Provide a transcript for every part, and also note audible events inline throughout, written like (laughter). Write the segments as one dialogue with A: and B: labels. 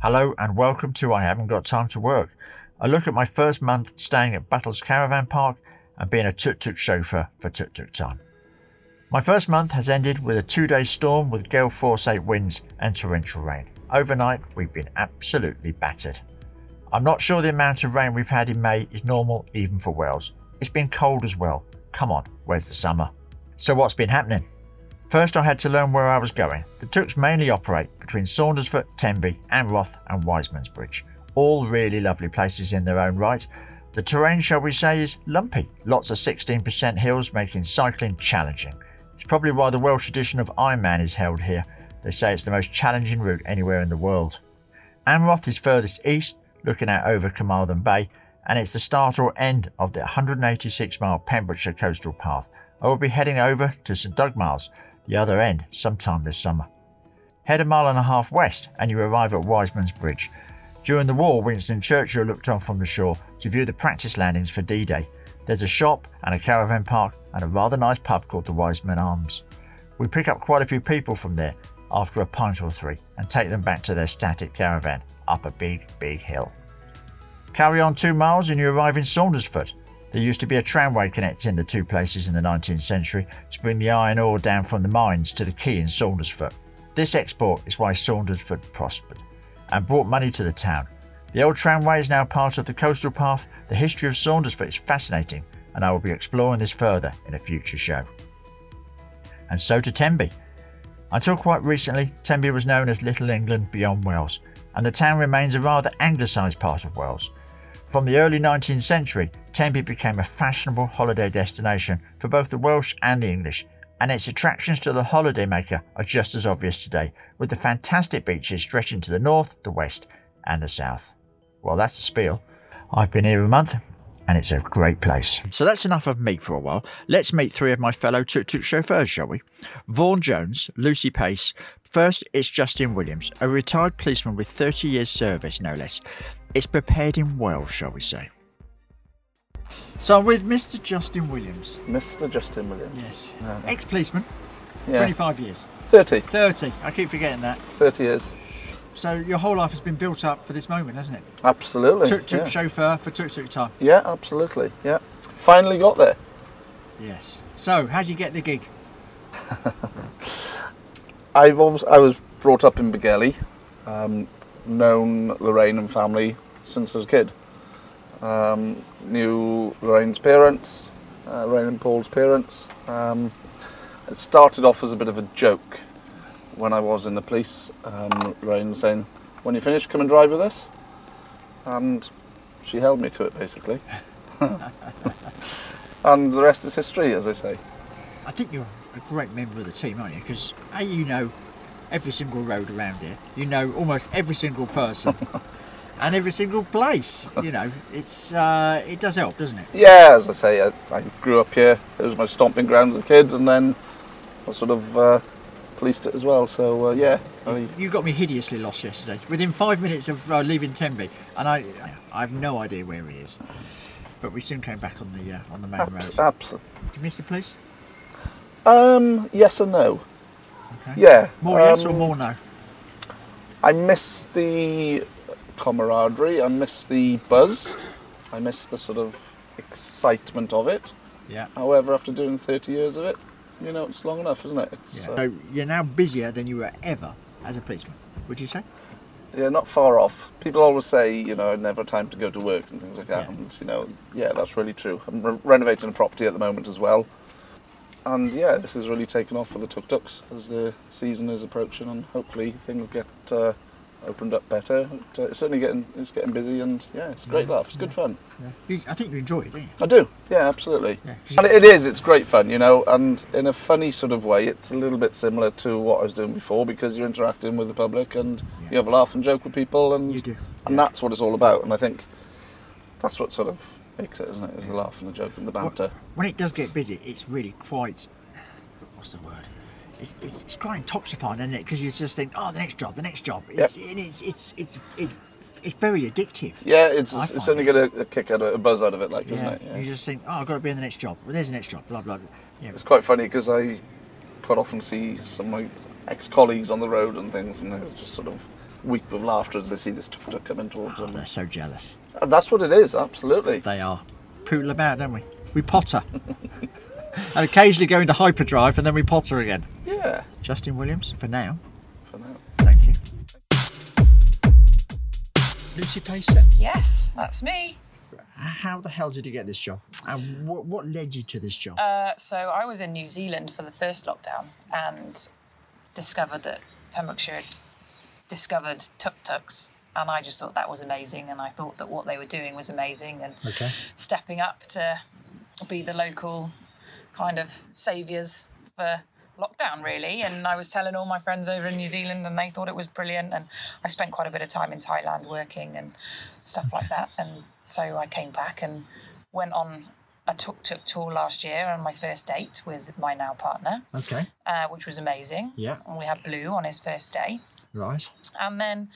A: Hello and welcome to I Haven't Got Time to Work. A look at my first month staying at Battles Caravan Park and being a tuk tuk chauffeur for tuk tuk time. My first month has ended with a two day storm with gale force 8 winds and torrential rain. Overnight, we've been absolutely battered. I'm not sure the amount of rain we've had in May is normal even for Wales. It's been cold as well. Come on, where's the summer? So, what's been happening? First, I had to learn where I was going. The Tooks mainly operate between Saundersfoot, Tenby, Anroth, and Wiseman's Bridge. All really lovely places in their own right. The terrain, shall we say, is lumpy. Lots of 16% hills, making cycling challenging. It's probably why the Welsh edition of Ironman is held here. They say it's the most challenging route anywhere in the world. Anroth is furthest east, looking out over Carmarthen Bay, and it's the start or end of the 186 mile Pembrokeshire coastal path. I will be heading over to St Dugmiles, the other end, sometime this summer. Head a mile and a half west and you arrive at Wiseman's Bridge. During the war, Winston Churchill looked on from the shore to view the practice landings for D Day. There's a shop and a caravan park and a rather nice pub called the Wiseman Arms. We pick up quite a few people from there after a pint or three and take them back to their static caravan up a big, big hill. Carry on two miles and you arrive in Saundersfoot. There used to be a tramway connecting the two places in the 19th century to bring the iron ore down from the mines to the quay in Saundersfoot. This export is why Saundersfoot prospered and brought money to the town. The old tramway is now part of the coastal path. The history of Saundersfoot is fascinating, and I will be exploring this further in a future show. And so to Tenby. Until quite recently, Tenby was known as Little England beyond Wales, and the town remains a rather anglicised part of Wales. From the early 19th century, Tenby became a fashionable holiday destination for both the Welsh and the English, and its attractions to the holidaymaker are just as obvious today, with the fantastic beaches stretching to the north, the west, and the south. Well, that's the spiel. I've been here a month, and it's a great place. So that's enough of me for a while. Let's meet three of my fellow tuk tuk chauffeurs, shall we? Vaughan Jones, Lucy Pace. First, it's Justin Williams, a retired policeman with 30 years' service, no less. It's prepared in Wales, shall we say. So I'm with Mr. Justin Williams.
B: Mr. Justin Williams.
A: Yes.
B: Yeah.
A: Ex policeman,
B: Uh-huh. Yeah.
A: 25 years.
B: 30.
A: 30. I keep forgetting that.
B: 30 years.
A: So your whole life has been built up for this moment, hasn't it?
B: Absolutely.
A: Tuk tuk
B: yeah.
A: chauffeur for tuk tuk time.
B: yeah, absolutely. Yeah. Finally got there.
A: Yes. So, how'd you get the gig?
B: I've always, I was brought up in Begelli, um, known Lorraine and family since I was a kid. Um, knew Lorraine's parents, uh, Lorraine and Paul's parents. Um, it started off as a bit of a joke when I was in the police. Um, Lorraine was saying, "When you finish, come and drive with us," and she held me to it basically. (laughs) and the rest is history, as I say.
A: I think you're a great member of the team, aren't you? Because A, you know every single road around here. You know almost every single
B: (laughs)
A: person and every single place. You know, it's uh, it does help, doesn't it?
B: yeah, as I say, I, I grew up here. It was my stomping ground as a kid, and then I sort of uh, policed it as well. So uh, yeah, I,
A: You got me hideously lost yesterday. Within five minutes of uh, leaving Tenby, and I, I have no idea where he is. But we soon came back on the uh, on the main
B: abs-
A: road.
B: abs-
A: Did you miss the police?
B: um, yes and no.
A: Okay.
B: Yeah,
A: More yes or
B: um,
A: more no?
B: I miss the camaraderie. I miss the buzz. I miss the sort of excitement of it.
A: Yeah.
B: However, after doing 30 years of it, you know, it's long enough, isn't it?
A: yeah.
B: It's, uh,
A: So you're now busier than you were ever as a policeman. Would you say?
B: yeah, not far off. People always say, you know, never time to go to work and things like that.
A: Yeah.
B: And, you know, yeah, that's really true. I'm re- renovating a property at the moment as well. And, yeah, this has really taken off for the tuk tuks as the season is approaching and hopefully things get uh, opened up better. But, uh, it's certainly getting, it's getting busy and, yeah, it's great
A: Yeah,
B: laugh. It's good
A: yeah.
B: fun.
A: Yeah. You, I think you enjoy it, don't you?
B: I do. Yeah, absolutely.
A: Yeah, 'cause
B: And
A: you-
B: it is, it's great fun, you know, and in a funny sort of way, it's a little bit similar to what I was doing before because you're interacting with the public and
A: Yeah.
B: you have a laugh and joke with people and
A: You do.
B: and
A: yeah.
B: that's what it's all about. And I think that's what sort of makes it, isn't it? Is the laugh and the joke and the
A: Well,
B: banter.
A: When it does get busy, it's really quite. What's the word? It's, it's, it's quite intoxifying, isn't it? Because you just think, oh, the next job, the next job. It's and it's, it's it's it's it's very addictive.
B: Yeah, it's
A: I
B: it's
A: find
B: only
A: it-
B: got a, a kick out of a buzz out of it, like isn't
A: Yeah.
B: it? Yeah.
A: You just think, oh, I've got to be in the next job. Well, there's the next job. Blah blah. blah. You know,
B: It's quite funny because I quite often see some of my ex-colleagues on the road and things, and they're just sort of weep with laughter as they see this tuk tuk coming towards
A: Oh,
B: them.
A: they're so jealous.
B: And that's what it is, absolutely.
A: They are. Poodle about, don't we? We potter. (laughs) and occasionally go into hyperdrive and then we potter again.
B: Yeah,
A: Justin Williams, for now.
B: for now.
A: Thank you. Lucy Payson,
C: Yes, that's me.
A: how the hell did you get this job? And what, what led you to this job?
C: Uh, so I was in New Zealand for the first lockdown and discovered that Pembrokeshire had discovered tuk tuks. And I just thought that was amazing. And I thought that what they were doing was amazing. And
A: Okay.
C: stepping up to be the local kind of saviours for lockdown, really. And I was telling all my friends over in New Zealand, and they thought it was brilliant. And I spent quite a bit of time in Thailand working and stuff like that. And so I came back and went on a tuk tuk tour last year on my first date with my now partner,
A: Okay,
C: uh, which was amazing.
A: Yeah.
C: And we had Blue on his first day.
A: right.
C: And then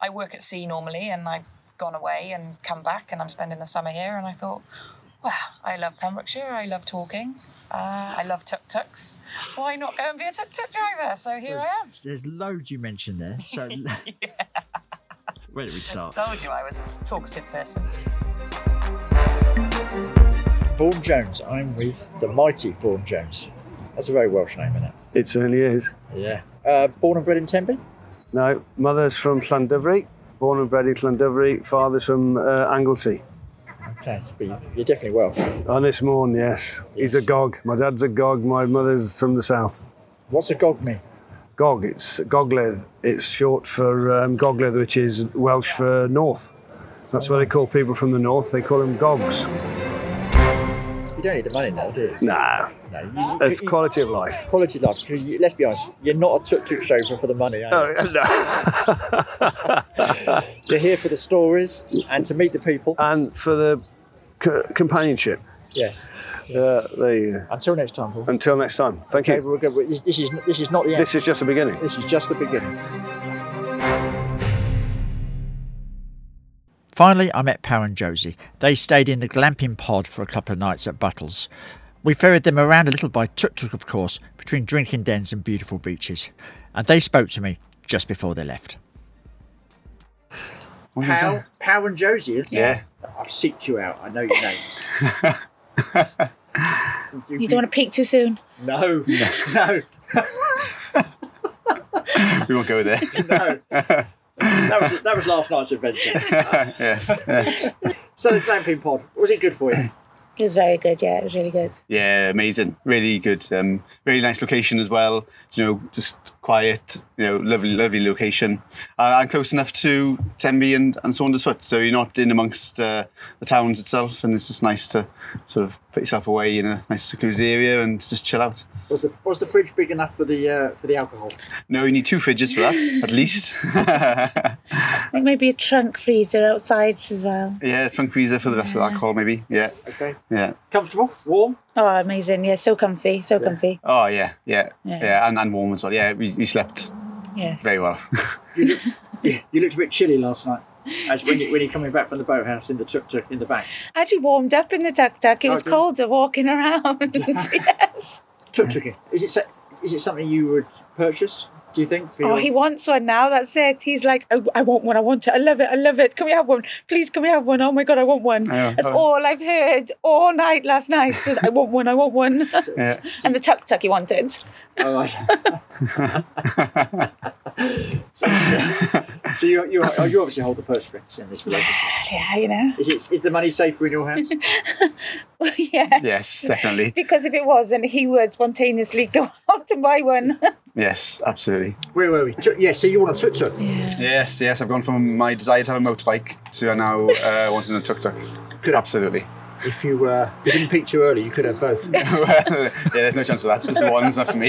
C: I work at sea normally, and I've gone away and come back, and I'm spending the summer here. And I thought, well, I love Pembrokeshire, I love talking, uh, I love tuk tuks. Why not go and be a tuk tuk driver? So here I am.
A: There's loads you mentioned there.
C: (laughs)
A: So where do we start?
C: Told you I was a talkative person.
A: Vaughan Jones. I'm with the mighty Vaughan Jones. That's a very Welsh name, isn't it?
D: It certainly is.
A: Yeah. Uh, born and bred in Tempe.
D: No, mother's from Llandovery, born and bred in Llandovery, father's from uh, Anglesey.
A: Okay, so you- you're definitely Welsh.
D: Honest Morn, yes. He's a
A: Yes.
D: gog. My dad's a gog, my mother's from the south.
A: What's a gog mean?
D: Gog, it's gogledd. It's short for um, gogledd, which is Welsh for north. That's why they call people from the north, they call them gogs.
A: You don't need the money now, do you?
D: Nah,
A: No, you,
D: it's
A: you-
D: quality of life.
A: quality life. Because you, let's be honest, you're not a tuk tuk chauffeur for the money. Are you? Oh, (laughs) You're here for the stories and to meet the people.
D: And for the c- companionship.
A: Yes.
D: Uh, there you go.
A: Until next time, Vaughan.
D: Until next time. Thank
A: Okay,
D: you.
A: we're good. This, this is this is not the end.
D: This is just the beginning.
A: This is just the beginning. Finally, I met Pow and Josie. They stayed in the glamping pod for a couple of nights at Buttles. We ferried them around a little by tuk tuk, of course, between drinking dens and beautiful beaches. And they spoke to me just before they left.
E: What was
A: Pow,
E: that?
A: Pow and Josie, isn't it?
E: Yeah.
A: I've seeked you out. I know your names. (laughs)
F: You don't want to peek too soon.
A: No, (laughs) no,
E: We won't
F: (laughs)
E: go there.
A: no. That was, that was last night's adventure.
E: (laughs) yes. Yes.
A: So the glamping pod, was it good for you?
F: It was very good. Yeah, it was really good.
E: Yeah. Amazing. Really good. Um, really nice location as well. You know, just quiet. You know, lovely, lovely location. Uh, And I'm close enough to Tenby and, and Saundersfoot, so you're not in amongst uh, the towns itself, and it's just nice to sort of put yourself away in a nice secluded area and just chill out.
A: Was the was the fridge big enough for the uh, for the alcohol?
E: No, you need two fridges for
F: (laughs)
E: that, at least.
F: I think maybe a trunk freezer outside as well.
E: yeah, trunk freezer for the rest of the alcohol, maybe. Yeah,
A: Okay,
E: yeah.
A: comfortable, warm.
F: Oh, amazing. Yeah, so comfy. So comfy.
E: Oh, yeah, yeah, yeah,
F: Yeah.
E: and, and warm as well. Yeah, we, we slept
F: Yes.
E: very well. (laughs)
A: You looked you, you looked a bit chilly last night. As when you when you're coming back from the boathouse in the tuk tuk in the bank.
F: I actually warmed up in the tuk
E: Oh,
F: tuk. It was
A: did you?
F: colder walking
E: (laughs)
F: around. (laughs) yes.
A: Tuk tuking. Is it se- is it something you would purchase? Do you think? For
F: Oh,
A: your-
F: he wants one now. That's it. He's like, oh, I want one. I want it. I love it. I love it. Can we have one? Please, can we have one? Oh my God, I want one.
E: Yeah.
F: That's all I've heard all night last night. Just, I want one. I want one.
E: (laughs) Yeah.
F: and the tuk tuk he wanted.
A: Oh, I- (laughs) so so you, you you obviously hold the purse strings in this relationship.
F: Yeah, you know. (laughs)
A: Is it is the money safer in your house?
F: yeah. (laughs)
E: yes, definitely.
F: Because if it wasn't, he would spontaneously go (laughs) out and buy (laughs) one.
E: Yes, absolutely.
A: Where were we? Tuk- yeah. So you want a tuk tuk?
E: Yes, yes. I've gone from my desire to have a motorbike to now
F: (laughs)
E: uh, wanting a tuk tuk.
A: Good.
E: Absolutely. (laughs)
A: If you uh, if you didn't peek too early, you could have both.
E: yeah, there's no chance of that. Just the one's not for
F: (laughs)
E: me.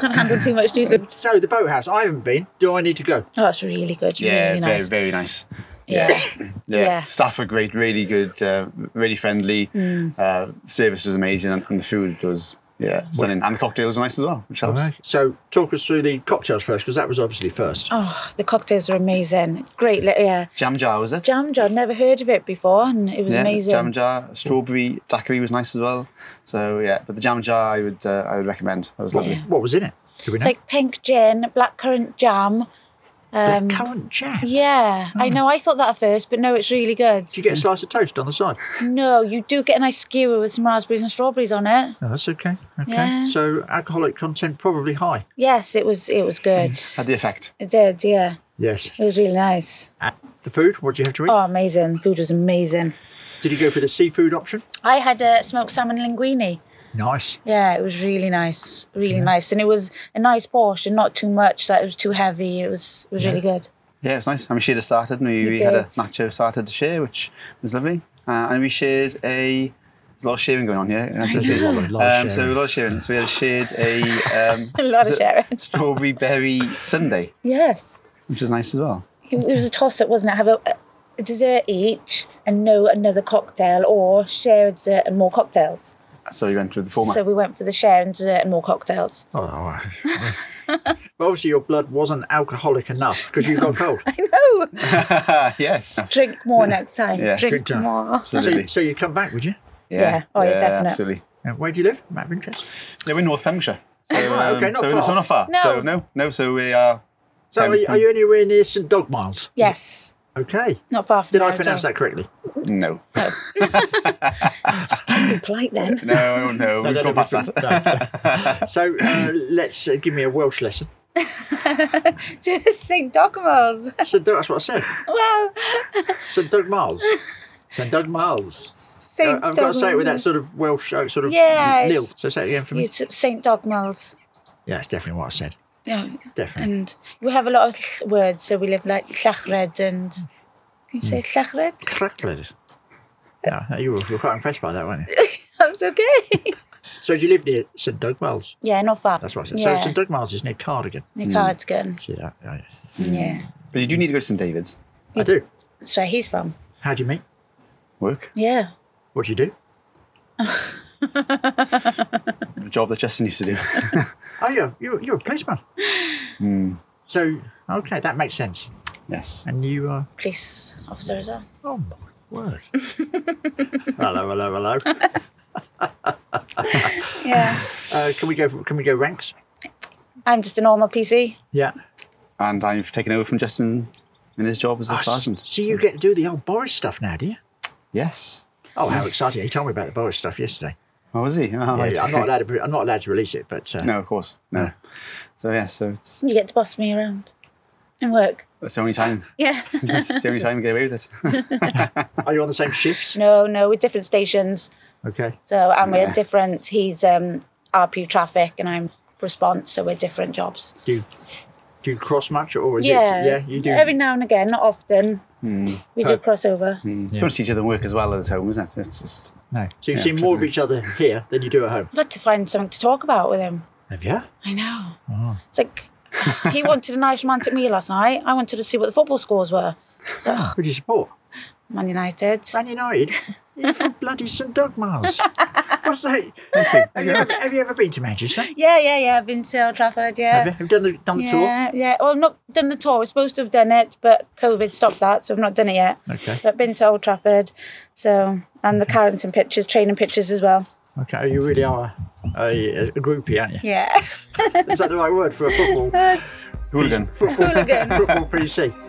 F: Can't handle too much news. Oh,
A: So the boathouse. I haven't been. Do I need to go?
F: it's really good.
E: Yeah,
F: really nice.
E: very, very nice.
F: yeah.
E: Yeah.
F: Yeah.
E: staff are great, really good, uh, really friendly.
F: Mm.
E: Uh, service was amazing, and, and the food was yeah stunning, and the cocktails were nice as well, which helps.
A: So talk us through the cocktails first, because that was obviously first.
F: Oh, the cocktails were amazing. Great. li- Yeah.
E: Jam jar was it?
F: Jam jar. Never heard of it before, and it was
E: yeah,
F: amazing.
E: Jam jar, strawberry daiquiri was nice as well. So yeah, but the jam jar I would uh, I would recommend. That was lovely.
F: Yeah.
A: What was in it? Do we
F: It's
A: know?
F: like pink gin, blackcurrant jam. Um,
A: current jam.
F: yeah, I know. I thought that at first, but no, it's really good.
A: Do you get a slice of toast on the side?
F: No, you do get a nice skewer with some raspberries and strawberries on it.
A: No, that's okay. Okay.
F: Yeah.
A: So alcoholic content probably high.
F: Yes, it was. It was good.
E: Had the effect.
F: It did. Yeah,
A: Yes.
F: it was really nice.
A: And the food, what do you have to eat?
F: Oh, amazing! Food was amazing.
A: Did you go for the seafood option?
F: I had a smoked salmon linguine.
A: Nice.
F: Yeah, it was really nice, really nice, and it was a nice portion, not too much that it was too heavy. It was it was really good. (laughs)
E: Yeah, it was nice. And we shared a starter, and we,
F: You
E: we had a
F: did.
E: nacho starter to share, which was lovely. Uh, and we shared a. There's a lot of sharing going on here. As I see.
A: know. (laughs) A lot of
E: Um, so
A: sharing.
E: a lot of sharing. So we had shared a um,
F: A lot of
E: was it
F: sharing.
E: strawberry berry sundae,
F: Yes,
E: which was nice as well.
F: it, it was a toss up, wasn't it? Have a, a dessert each and no another cocktail, or share a dessert and more cocktails.
E: So we went with the format.
F: So we went for the share and dessert and more cocktails.
A: Oh, all right. (laughs) but obviously your blood wasn't alcoholic enough because you got cold.
F: (laughs) I know.
E: Ah, yes.
F: Drink
A: Mm.
F: more next time.
E: Yes.
A: Drink
F: Drink
A: time.
F: more.
A: so,
E: Absolutely.
A: so you'd come back, would you?
F: Yeah. Oh, yeah, definitely.
E: Absolutely.
A: And Uh, where do you live? Map of interest.
E: Yeah, we're in North Pembrokeshire. So, um,
A: Right, okay, not
E: so
A: far.
E: So not far.
F: No.
E: So no, no. So we are.
A: So are you, are you anywhere near St Dogmiles?
F: Yes,
A: Okay.
F: not far from
A: Did
F: there
A: I
F: at
A: pronounce
F: all.
A: that correctly?
E: No.
F: Be polite then.
E: No,
A: (laughs)
E: no, we've gone past that. (laughs)
A: No. (laughs) so uh, let's uh, give me a Welsh lesson.
F: (laughs) Just say dogmas.
A: So that's what I said.
F: (laughs) Well,
A: St
F: (laughs)
A: Dogmiles. St Dogmiles.
F: Saint
A: I- Uh, I've got to say it with that sort of Welsh uh, sort of
F: Yeah,
A: nil.
F: it's-
A: So say it again for me.
F: You t- Saint Dogmell's.
A: Yeah, it's definitely what I said.
F: Yeah.
A: Definitely.
F: And we have a lot of ll- words, so we live like Llachred and. Can you say Llachred? (laughs)
A: Clacklet. Yeah, you were, you were quite impressed by that,
F: (laughs)
A: weren't you?
F: That's okay.
A: so do you live near St Doug Miles?
F: (laughs) yeah, not far.
A: That's what I said.
F: Yeah.
A: So Hmm. St Doug Miles is near Cardigan.
F: Nick Cardigan.
A: See that? Yeah, yeah.
F: Yeah.
E: But you do need to go to St David's.
A: I do.
F: That's where he's from.
A: How do you meet?
E: Work.
F: Yeah.
A: What do you do?
E: The job that Justin used to do. (laughs)
A: Oh, you're, you're, you're a policeman. So, okay, that makes sense.
E: yes.
A: And you are.
F: Police officer as well.
A: Oh, my word. hello, hello, hello.
F: Yeah.
A: Uh, can we go? for- Can we go ranks?
F: (laughs) I'm just a normal PC.
A: Yeah.
E: And I've taken over from Justin in his job as a
A: Oh, s-
E: sergeant.
A: So you get to do the old Boris stuff now, do you?
E: Yes.
A: Oh, how exciting! He told me about the Boris stuff yesterday.
E: Oh, was he? Oh,
A: Yeah,
E: right,
A: yeah, I'm
E: okay.
A: not allowed. To, I'm not allowed to release it, but uh,
E: No, of course. No. So, yeah, so it's,
F: You get to boss me around and work.
E: that's the only time. (laughs)
F: Yeah. (laughs)
E: it's the only time you get away with it.
A: are you on the same shifts?
F: no, no, we're different stations.
A: Okay.
F: So, and we're
E: Yeah.
F: different. He's um, RP traffic and I'm response, so we're different jobs.
A: Do you, do you cross much, or is
F: Yeah,
A: it? Yeah, you do. Hmm.
F: Every now and again, not often. We do crossover.
E: Don't see each other work as well as home, isn't it? It's just.
A: no. So you've seen more of each other here than you do at home.
F: I'd like to find something to talk about with him.
A: Have you?
F: I know. It's like he wanted a nice romantic meal last night. I wanted to see what the football scores were.
A: Who do you support?
F: Man United.
A: Man United. You're from bloody St Doug Miles. What's that? have, you ever, have you ever been to Manchester?
F: Yeah, yeah, yeah. I've been to Old
A: Have
F: Trafford.
A: you?
F: Yeah.
A: Have you done the done the
F: Yeah, yeah. Well, I've not done the tour. I was supposed to have done it, but COVID stopped that, so I've not done it yet.
A: Okay.
F: But I've been to Old Trafford, so and the Carrington pictures, training pictures as well.
A: tour? Okay, you really are a, a groupie, aren't you?
F: Yeah. (laughs)
A: Is that the right word for a football
E: Hooligan.
A: football
F: (laughs) Hooligan.
A: football PC?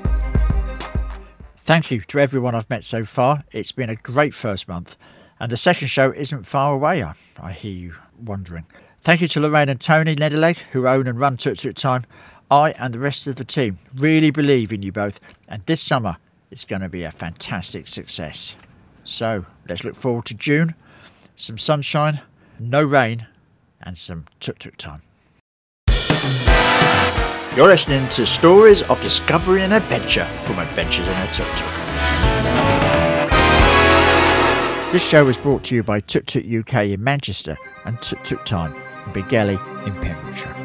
A: Thank you to everyone I've met so far. It's been a great first month, and the second show isn't far away. I, I hear you wondering. Thank you to Lorraine and Tony Nedileg, who own and run Toot Toot Time. I and the rest of the team really believe in you both, and this summer it's going to be a fantastic success. So let's look forward to June, some sunshine, no rain, and some Toot Toot Time. You're listening to stories of discovery and adventure from Adventures in a Tuk Tuk. This show is brought to you by Tuk Tuk UK in Manchester and Tuk Tuk Time in Big Ellie in Pembrokeshire.